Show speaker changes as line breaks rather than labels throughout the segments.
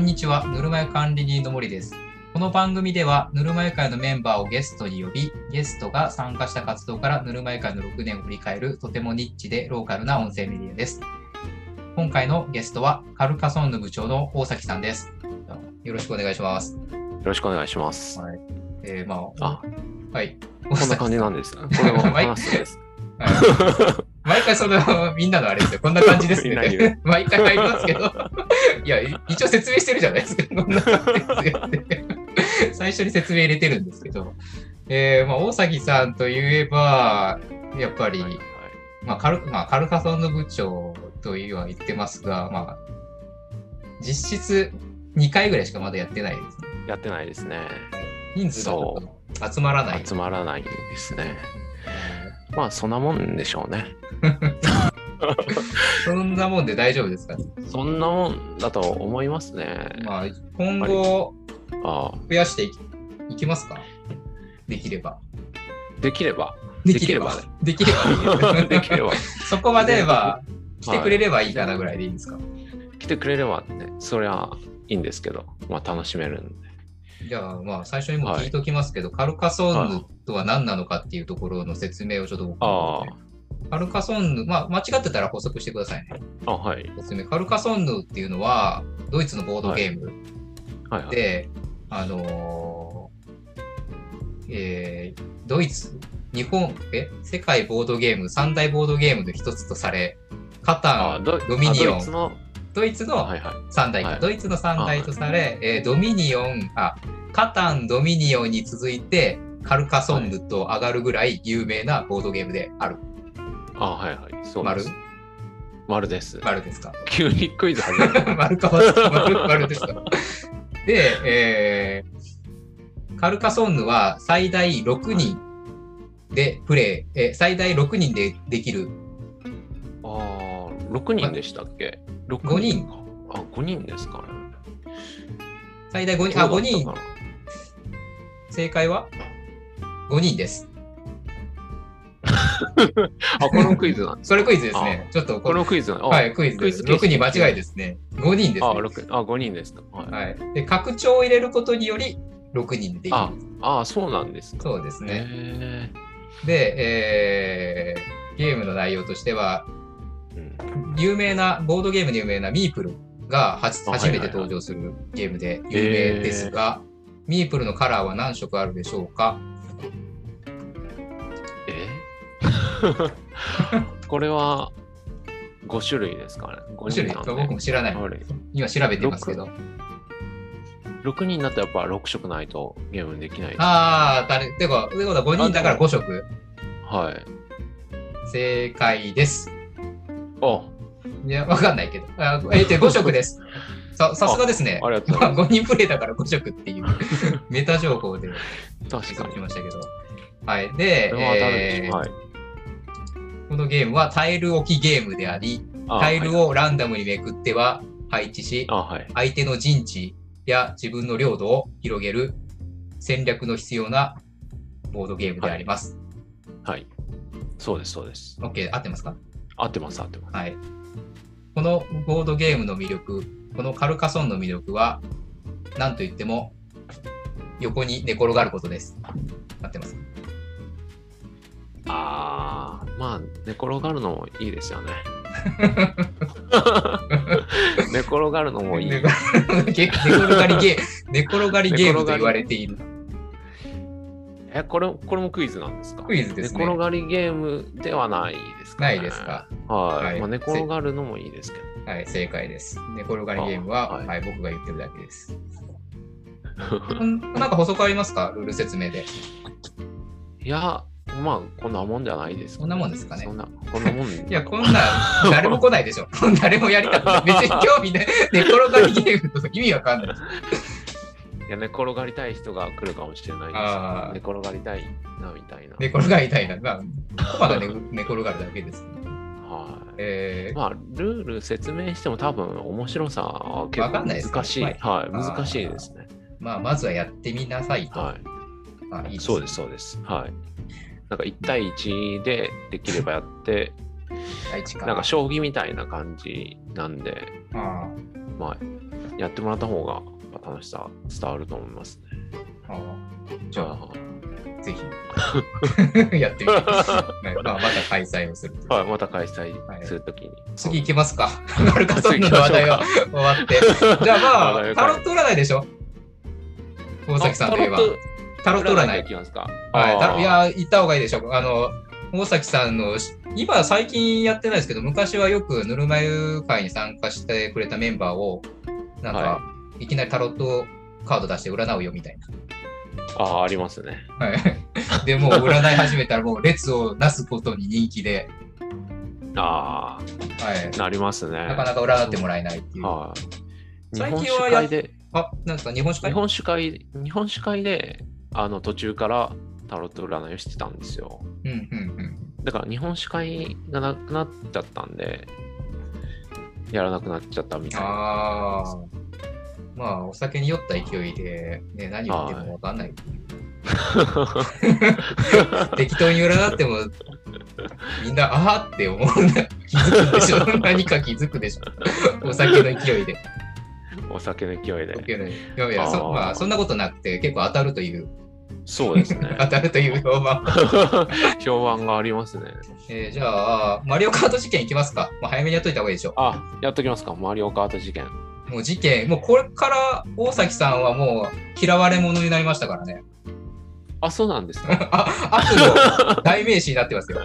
にちは、ぬるま湯管理人の森です。この番組では、ぬるま湯会のメンバーをゲストに呼び、ゲストが参加した活動からぬるま湯会の6年を振り返る、とてもニッチでローカルな音声メディアです。今回のゲストは、カルカソンヌ部長の大崎さんです。よろしくお願いします。
よろしくお願いします。
えー、まあ、
あ、
はい。
こんな感じなんです。これも話すんです。
大崎さんはい 毎回その、みんなのあれですよ。こんな感じです
みん
よ
なに
ね。毎回入りますけど、いや、い一応説明してるじゃないですか。こんな感じですよね。 最初に説明入れてるんですけど、えーまあ、大崎さんといえば、 やっぱり、
はいはい
まあカルまあ、カルカソンの部長というは言ってますが、まあ、実質2回ぐらいしかまだやってないですね。
やってないですね。
人数がちょっと集まらない。
集まらないんですね。まあ、そんなもんでしょうね。
そんなもんで大丈夫ですかね。
そんなもんだと思いますね。
まあ、今後、
ああ
増やしていきいきますかできれば。
できれ ば。
で
で
き
き
れ
れ
ば
ば。
できれば。
できれば。
そこまでは来
はい
てくれればいいかなぐらいでいいんですか、
来てくれればね、そりゃいいんですけど、まあ、楽しめるんで。
じゃあ、まあ、最初にもう聞いておきますけど、カルカソンヌとは何なのかっていうところの説明をちょっと。
あ
カルカソンヌ、まあ、間違ってたら補足してくださいね。
あ、あはい。
説明。カルカソンヌっていうのは、ドイツのボードゲーム
はいはい。
で、あのーえードイツ、日本、え、世界ボードゲーム、三大ボードゲームの一つとされ、カタン、
ド
ドミニオン
あドイツの、
ドイツの
はいはい。
三大か、
はい
ドイツの三大とされ、えードミニオンあカタンドミニオンに続いてカルカソンヌと上がるぐらい有名なボードゲームである、
あはいはい。そうで
丸
す。丸です。
丸ですか
急にクイズ始める。
丸か丸丸丸ですか で、えーカルカソンヌは最大6人でプレイ、えー最大6人でできる
ああ、6人でしたっけ ?6
五人
か。あ、5人ですかね。
最大5人あ5
どうだ
人
ったかな
正解は5人です
あ、このクイ ズなんです。
それクイズですねちょっと
こ
この
のクイズなん
は
はい。
いクイズ
ク
で
イ
す
ズ
6人間違いですね5人ですね
あ、六あ、5人ですか。はい。
はい、で拡張を入れることにより6人でできる
あ、あ、そうなんですか。
そうですね。
へ
で、えーゲームの内容としては
ーうん
有名なボードゲームで有名なミープルがは
あ
初め
は
て
いはいはい
登場するゲームで有名ですが、ミープルのカラーは何色あるでしょうか
え これは5種類ですかね。5
種類
人な
か
んで。
僕も知らない
はい
今調べてますけど
6人だとやっぱ6色ないとゲームできないです。
ああ誰てかてことは5人だから5色
はい。
正解です
あ、
いやわかんないけどあえー、5色 ですささすがですね
あり がとうござい
5人プレイだから5色っていう メタ情報で
ます。確
き
かに。
ましたけど。はい。で
こ、れは当たるで
え
しょ
ー
はい
このゲームはタイル置きゲームであり、
あ
タイルをランダムにめくっては配置し、
あ、はい。
相手の陣地や自分の領土を広げる戦略の必要なボードゲームであります。
はい。そうです、そうです。
OK、合ってますか
合ってます、合ってます。
はい。このボードゲームの魅力、このカルカソンの魅力は、なんといっても、横に寝転がることです。合ってます
ああ、まあ、寝転がるのもいいですよ ね。寝転がるのもいい。
寝寝転がりゲー寝転がりゲームと言われている。
え、これ、これもクイズなんですか
クイズですね
寝転がりゲームではないですか、
な
ね、
いですか。
はい。
はい
まあ、寝転がるのもいいですけど。
はい、正解です。寝転がりゲームは、
あ
は、
はいい
僕が言ってるだけです。んなんか補足ありますかルール説明で。
いや、まあ、こんなもんじゃないです、
そんなもんですかね
そんな、こんなもん。い
いや、こ んな、誰も来ないでしょ。 誰もやりたくない。別に興味ない。寝転がりゲームの意味わかんない。
いや寝転がりたい人が来るかもしれない
あー
ですけど。寝転がりたいな、みたいな。
寝転がりた いな。まあ、コマが寝寝転がるだけです。
はい。
えー
まあ、ルール説明しても多分面白さは結
わかんないです
構難しい。
はい
はい、
あー
難しいですね。
まあ、まずはやってみなさいと。
は
まあいい
い、そうです、。そうです。はい。なんか1対1でできればやって、
第一か。
なんか将棋みたいな感じなんで、
あ
まあ、やってもらった方がやっぱ楽しさ伝わると思いますね。
あーじ
じゃ
ゃ
あ、
あ、ぜ ひやってみてください。まあ、また開催をするという
はい、また開催するときに。
次行きます か。マルカソンの話題は終わって。じゃあまあ、タロット占いでしょ大崎さんといえば。タ
タ
ロット占い
い。きますか。
はいタ
あ
ロ、
ー
い、や、行った方がいいでしょあの、大崎さんの、今最近やってないですけど、昔はよくぬるま湯会に参加してくれたメンバーを、なんか、、
はい
きなりタロットカード出して占うよみたいな。
あー、ありますね。
はい、 でもう占い始めたらもう列をなすことに人気で、
あ
はい、
あ、なりますね。
なかなか占ってもらえないっていう。
はい。日
最
本
近
酒
はや
会で、
あ、なんですか日本酒
日
会
本酒会、日本酒会で、あの、途中からタロット占いをしてたんですよ。
うんうんうん。
だから日本酒会がなくなっちゃったんで、やらなくなっちゃったみたいな。
ああ。まあ、お酒に酔った勢いで、ね、何を言ってもわかんない。 適当に占っても、みんな、ああって思うんだ。気づくでしょ。 何か気づくでしょ。お酒の勢いで。
お酒の勢い
お
で。
酒の勢いでいやいやそ,、
あー
まあ、そんなことなくて、結構当たるという、
そうですね。
当たるという評判。
評判がありますね。
えーじゃあ、マリオカート事件いきますか。まあ、早めにやっといた方がいいでしょ。
あ、やっときますか。マリオカート事件。
もう事件、もうこれから大崎さんはもう嫌われ者になりましたからね。
あ、そうなんで すか。
あ、悪の代名詞になって ますよ。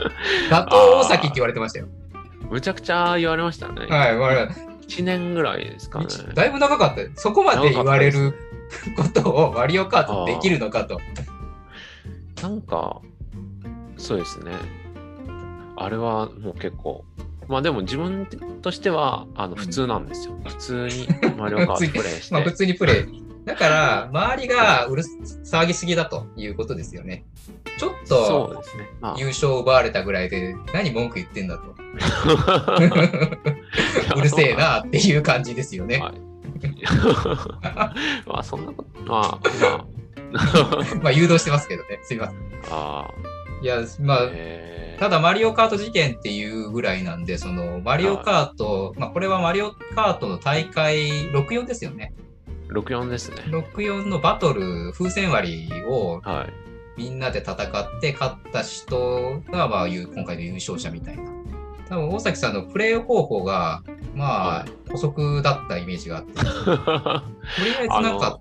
打倒大崎って言われてましたよ。
むちゃくちゃ言われましたね。
はい、我々
1年ぐらいですかね。
だいぶ長かったよ。そこまで言われ
長
ることをマリオカートできるのかと。
なんか、そうですね。あれはもう結構。まあでも自分としては、あの、普通なんですよ。普通にマリオカートプレイ し
まあ、普
て。
通にプレイ。だから、周りがうる騒ぎすぎだということですよね。ちょっ
そう
と
ですね。ま
優勝を奪われたぐらいで、何文句言ってんだと。
あ、
うるせ えなっていう感じですよね。
はい。 まあそんなこと、まあ、ま
まあ、誘導してますけどね。すいません。
あ、 あ
いや、まあ
あ、、え
ただ、マリオカート事件っていうぐらいなんで、そのマリオカート、まあ、これはマリオカートの大会64ですよね。
ー、64ですね。
64のバトル、風船割りを
はい。
みんなで戦って、勝った人が、まあ、ゆ今回の優勝者みたいな。多分、大崎さんのプレイ方法が、まあ
は、
補足だったイメージがあって、と
は
りあえずなんか、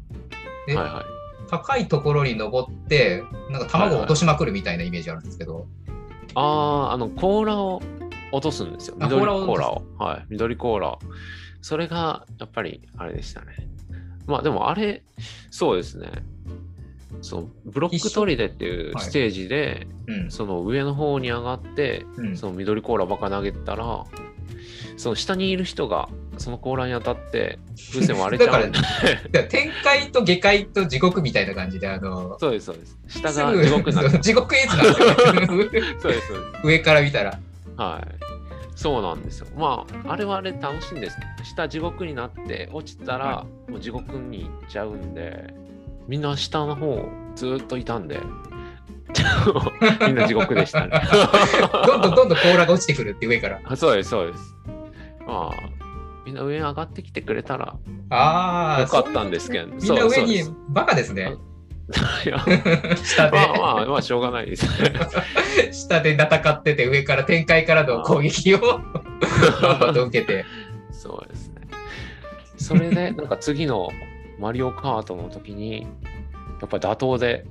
え
い は
高いところに登って、なんか卵を落としまくるみたいなイメージがあるんですけど、
い。ああ、あの、コーラを落とすんですよ。
あ
緑コ
コー
ー
ラ
ラを。はい。緑コーラを。それが、やっぱり、あれでしたね。まあでも、あれ、そうですね。そのブロックトリデっていう
はい
ステージで、
うん。
その上の方に上がって、
うん
その緑コーラばっか投げてたら、その下にいる人がそのコーラに当たって風船割れちゃうんで
だから天界と下界と地獄みたいな感じで、あの、
そうですそうです下
す
が
ぐ
地獄になっちゃ う
地獄絵図なんですよね
そうですそうです
上から見た ら。
はいそうなんですよまああれはあれ楽しいんです下地獄になって落ちたら
は
もう地獄に行っちゃうんでみんな下の方ずっといた んでみんな地獄でしたね
どんどんどんどん甲羅が落ちてくるって上から。
あそうですそうですまあみんな上に上がってきてくれたら
ああ、
よかったんですけど
そういうみんな上
そうで
に
す
バカですね。
いや
下で
ま、あまあまあしょうがないですね。
下で戦ってて上から展開からの攻撃 をバンバンと受けて。
そうですね。そ れでなんか次のマリオカートの時にやっぱり打倒で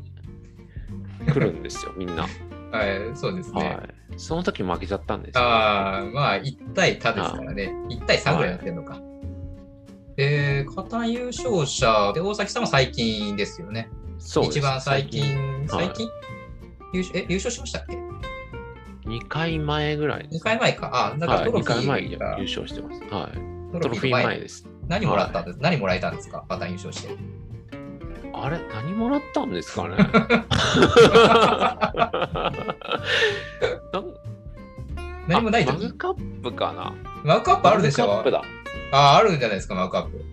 来るんですよみんな。
はい、そうですね。
はい。その時負けちゃったんですよ。
ああ、まあ1対多ですからね。1対3ぐらいになってるのか。で、片優勝者で大崎さんも最近ですよね。
そうです
一番最近、
最
最近、優勝え優勝しましたっけ
2回前ぐらい。
2回前か。あ、なんか
はい、
トロ
2
フィ
回
ー、
前に優勝してます。はい。
ト
ト
ロ
ロ
フィ
フ
ー
ィー
の前
前
に
です。
何もらったんです、何もらえたんですかパターン優勝して。
あれ何もらったんです かねなん
何もない
あ
と
マ
き
グ、カップかな
マグカップあるでしょ
マグカップだ。
あ、あるんじゃないですか、マグカップ。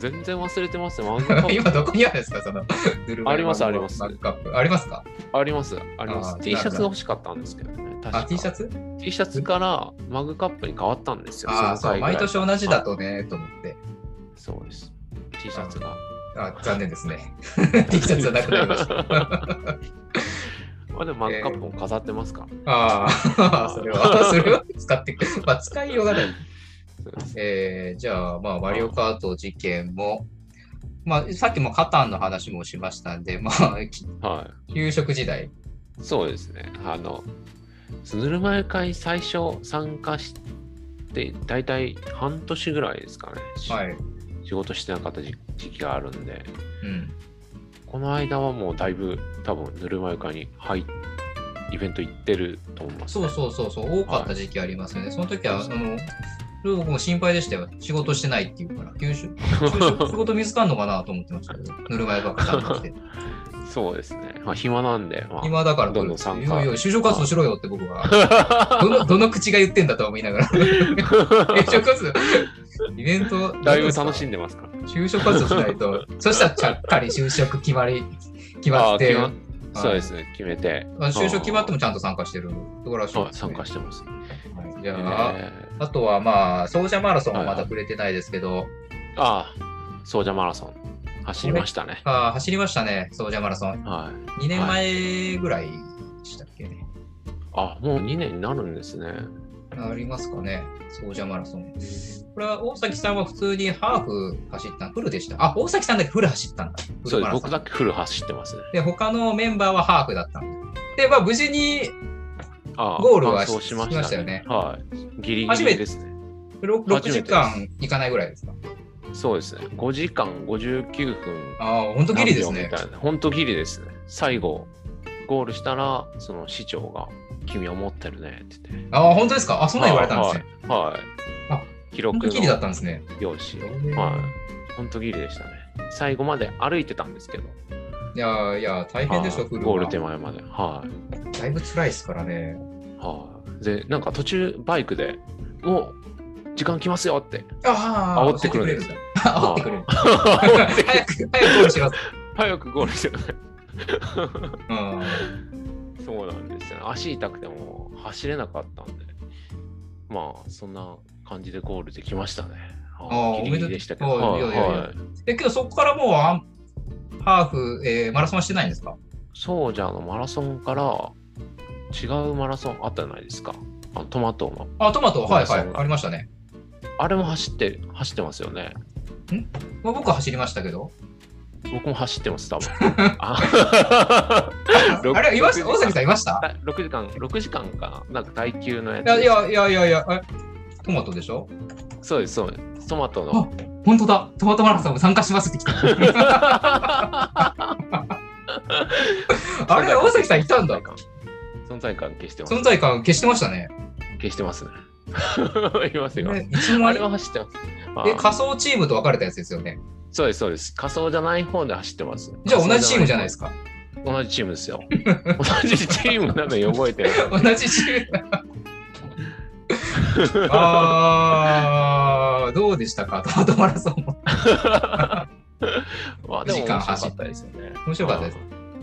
全然忘れてますね。マグカッ プ
今どこにあるんですか、その、ぬるま湯
ありますあります
マグカップ。ありますか
あります、ありま
あ
す。
ー
T シャツが欲しかったんですけどね。確
あ、
か
T シャツ
T シャツからマグカップに変わったんですよ。
ああ、
その
そう、
回ぐらい
毎年同じだとね、と思って。
そうです。T シャツが。
あ、残念です ね。T シャツはなくなりました。
あでもマグカップも飾ってますか、
ああ、 それは、それは使って くまあ、使いようがない。
そうです
えーじゃあ、まあ、マリオカート事件も、まあ、さっきもカタンの話もしましたんで、まあ、き
は
給食時代。
い。そうですね。あの、ぬるま湯会最初参加して、大体半年ぐらいですかね。し
はい。
仕事してなかった時時期があるんで、
うん。
この間はもうだいぶ多分ぬるま湯会に入っイベント行ってると思います、
そうそうそうそう、多かった時期ありますよね。その時は、あの、僕も心配でしたよ。仕事してないっていうから、給 食、給食仕事見つかんのかなと思ってましたけど、ぬるま湯ばっか参加して。
そうですね。まあ、暇なんで、 まあ、
今だから
どんどん参加
いやいや、就職活動しろよって僕は。どの、 どの口が言ってんだとは思いながら。就職活動、イベント、
だいぶ楽し
い。
んでますか
就職活動しないと、そしたらちゃっかり就職決まり、決
ら。
まって、
あ決まそうですね、決めて。
あ就職決まってもちゃんと参加してる。素晴らしい
あ
ですね、
参加してます。
はいじゃあ、
えー
あとはまあ、ソーシャマラソンはまだ触れてないですけど、
ああ、ソージャマラソン、走りましたね。
あー走りましたね、ソージャマラソン。
はい。
2年前ぐらいでしたっけね。
あ、もう2年になるんですね。
ありますかね、ソージャマラソン。これは大崎さんは普通にハーフ走った、フルでした。あ、大崎さんだけフル走ったんだ。フ
そ
ル
う
マ
です。
ラソ
僕
ン
だけフル走ってますね。
で、他のメンバーはハーフだったんだ。で、まあ、無事に
ああ
ゴールは
完走
しましたよね
はい。ギリギ
初め
リ
て
ですね。
6,
初め
時
て
間いかないぐらいですか。
そうですね。5時間59分。
ああ、本当ギリですね
何秒み。たいな。本当ギリですね。最後、ゴールしたら、その市長が、君は持ってるねって言って。
ああ、本当ですか。あ、そんなん言われたんですね。
ね。はい。はい
あ
記
本
録
当ギリだった
の
んですね。
用紙を。はい。本当ギリでしたね。最後まで歩いてたんですけど、
いやーいやー、大変でしょ、
はい
フルは
ゴール手前まで。はい。
だいぶ辛いですからね。
はい。で、なんか途中バイクでもう時間来ますよって。
ああ、
煽ってくるんです
教えてくれるんだ。 煽ってくれる。早く、早くゴールしろ。
早くゴールしてください。
うん。
そうなんですよね。足痛くても走れなかったんで。まあ、そんな感じでゴールできましたね。
あー
ギリギリでしたけど。
お
はい
めでとういやいやいや
はい。
え、けどそこからもうあん、ハーフ、えーマラソンはしてないんですか
そうじゃあのマラソンから違うマラソンあったじゃないですか。あのトマトの。
あ、トマト、はい
マ
は
ラソ
い、
ン
ありましたね。
あれも走って、走ってますよね。
まあ、僕は走りましたけど。
僕も走ってます、 多分。あ
あ
ろく
あれ、いました
ろ
大
く
崎さんいました
6時間、6時間かな。なんか耐久のやつ
い。やいやいやいやいや、えトマトでしょ
そうです、そうです。トマト
あ
の。
本当だ、トマトマラソンも参加しますって 来た。あれ、大崎さんいたんだ。
存在感消してます。
存在感消してましたね。
消してますね。 いますよ。
ねいつの
あ
間に
れは走ってます。
え、
あー
仮想チームと分かれたやつですよね。
そうです、そうです。仮想じゃない方で走ってます。
じゃあ同じチームじゃないです
か。
か。
同じチームですよ。同じチームなのに覚えてる。
同じチー ム。あー、どうでしたか、トマトマラソンも。
まあ、でも面白かったですよね。
面白かったです。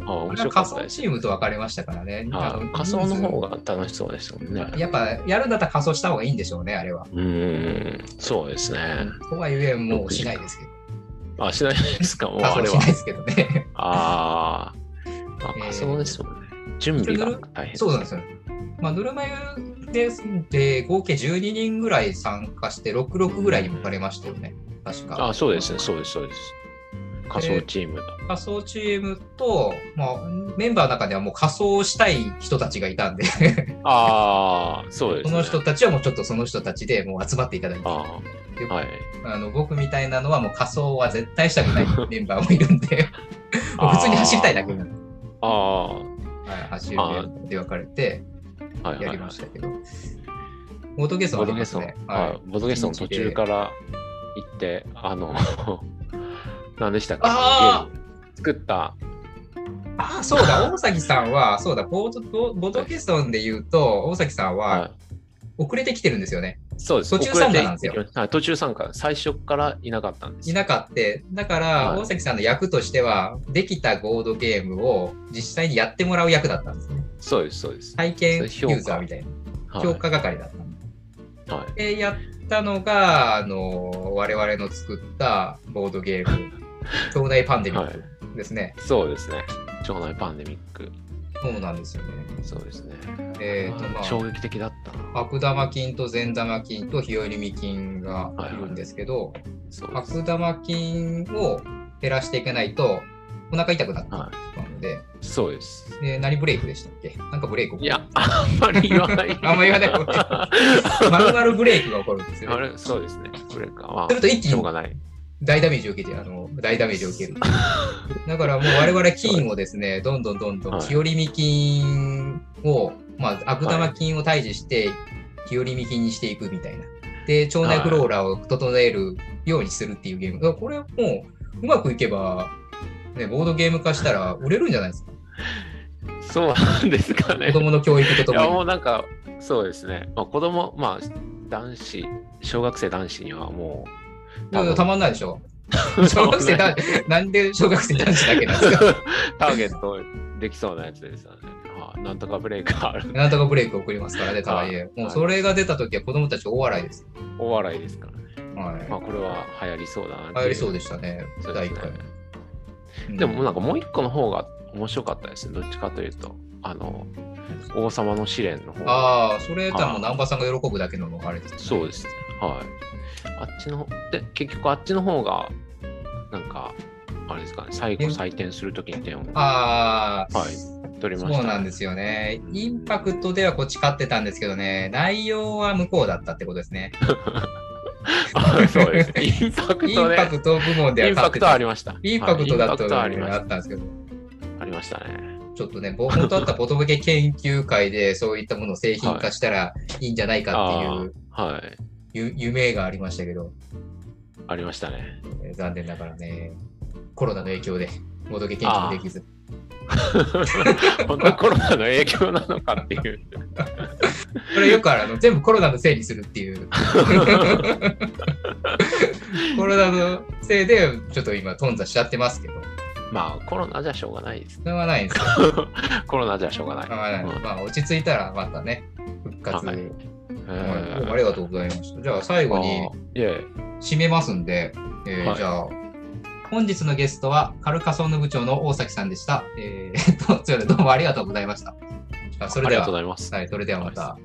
ああ、面白か
仮
った
想
です。
チームと分かれましたからね。
ああ仮想の方が楽しそうでしたもんね。
やっぱやるんだったら仮装した方がいいんでしょうね、あれは。
うーん、そうですね。
とはいえ、もうしないですけど。
あ、しないですか、もうあ
仮装
れ
し
は
ない。ですけどね。
あー、まあ、
えー
仮想ですもんね。準備が大変。
そうなんですよ。まあ、ぬるま湯ですで合計12人ぐらい参加して、66ぐらいに分かれましたよね。確か。
あ、そうですね、そうです、そうです。仮想チームと。
仮装チームと、まあ、メンバーの中ではもう仮装したい人たちがいたんで、
ああ、そうで
そ
す、ね。
の人たちはもうちょっとその人たちでもう集まっていただいて、
ああ、はい。
あの僕みたいなのはもう仮装は絶対したく ないメンバーもいるんで、もう普通に走りたいだけなんで
ああ、は
はい、走るメンバーで分かれて
いはい、はい。
やりましたけど。ボートゲースト
ボ
は
ド
で
ゲ
ます
ソン、
ね。
はい、ボドゲソン途中から行って、あの、 何でしたっけ
あ
ゲーム作った、
ああ、そうだ、大崎さんは、そうだ、ボートボボートゲーストンで言うと、大崎さんは
は
遅れてきてるんですよね。
い、そうです。
途中参加なんですよ
遅れて行ってきましたはい、途中参加、最初からいなかったんです
い
よ。
なかって、だから、
はい
大崎さんの役としては、できたボードゲームを実際にやってもらう役だったんですね。
そうです、そうです。
体験ユ
それ評価
ーザーみたいな、
はい
評価係だったんで
はい、
でやっったのが、あの、我々の作ったボードゲー ム、東大パンデミッ
はい
ク。ですね。
そうですね。腸内パンデミック。
そうなんですよね。
そうですね。
えっ、と、ま
あ
あ
ー、衝撃的だったな。
悪玉菌と善玉菌と日和見菌がいるんですけど、
そうです
悪玉菌を減らしていかないと、お腹痛くなってしまうので、
そうです。
で何ブレイクでしたっけなんかブレイク
いや、あんまり言わない。
あんま言わない方が マヌアルブレイクが起こるんです
あ
よ、ね。
れ、そうですね。これか。ます
ると一
あ、
気
しょう
に
がない。
大ダメージを受けて、あの大ダメージを受ける。だからもう我々菌をですね、どんどんどんどん、
はい
日和見菌を、まあ、悪玉菌を退治して、日和見菌にしていくみたいな。で、腸内フローラを整えるようにするっていうゲーム。だからこれはもう、うまくいけば、ね、ボードゲーム化したら売れるんじゃないですか。
そうなんですかね
子。供の教育とと
いや
も
も
に。
うなんかそうですね、まあ、子供まあ男子小学生男子にはも
でもたまんないでしょ。
う
小学生
そう
男
ね
なんで小学生男子だけなんですか
ターゲットできそうなやつですよね、はいなんとかブレイクある
なんとかブレイク送りますからね、たまに。もうそれが出た時は子供たち大笑いです。
お笑いですからね、まあ、
は
これは流行りそうだなってい
い。
う
流行りそうでしたね、
そうで
第
す
1
ね
回。うん
でもなんかもう一個の方が面白かったですねどっちかというとあの王様の試練の方が
ああ、それ多分もう南波さんが喜ぶだけのあれですね。
そうですねはいあっちので結局あっちの方がなんかあれですかね最後
え
採点するときに点を
ああ、
はい、取り
そ
ました。
うなんですよね。インパクトではこっち勝ってたんですけどね、内容は向こうだったってことですね。
あ そうです。インパク
イン
トね。
パクト部門で
イ
は
ンパ
勝っ
ク
て
トあ
た。
りました。
インパクトだ
は
っ
いインパク
た
トあ
の
り
に
ま
あ
し
ったんですけど、
た。ありましたね。
ちょっとね、ぼ元あったボトゲ研究会でそういったものを製品化したらいいんじゃないかっていう
あーはい。
ゆ夢がありましたけど、
ありましたね。
えー残念ながらね、コロナの影響で、ボドゲ研究できず。
本当にコロナの影響なのかっていう。
これよくあるあの、全部コロナのせいにするって いう。コロナのせいで、ちょっと今、頓挫しちゃってますけど、
まあ、コロナじゃしょうがないです。
それはないんですよ。
コロナじゃしょうがない。
まあ、
うん
まあ、落ち着いたらまたね、復活。
は
はいい
うん
ありがとうございました。じゃあ、最後に
あーいえ、
締めますんで、えー
はい
じゃあ、本日のゲストは、カルカソンヌ部長の大崎さんでした。えー、えっと、それではどうもありがとうございました。あそ
あ
れ
り
で
が
は
とうご、ざいます。
はい、それではまた。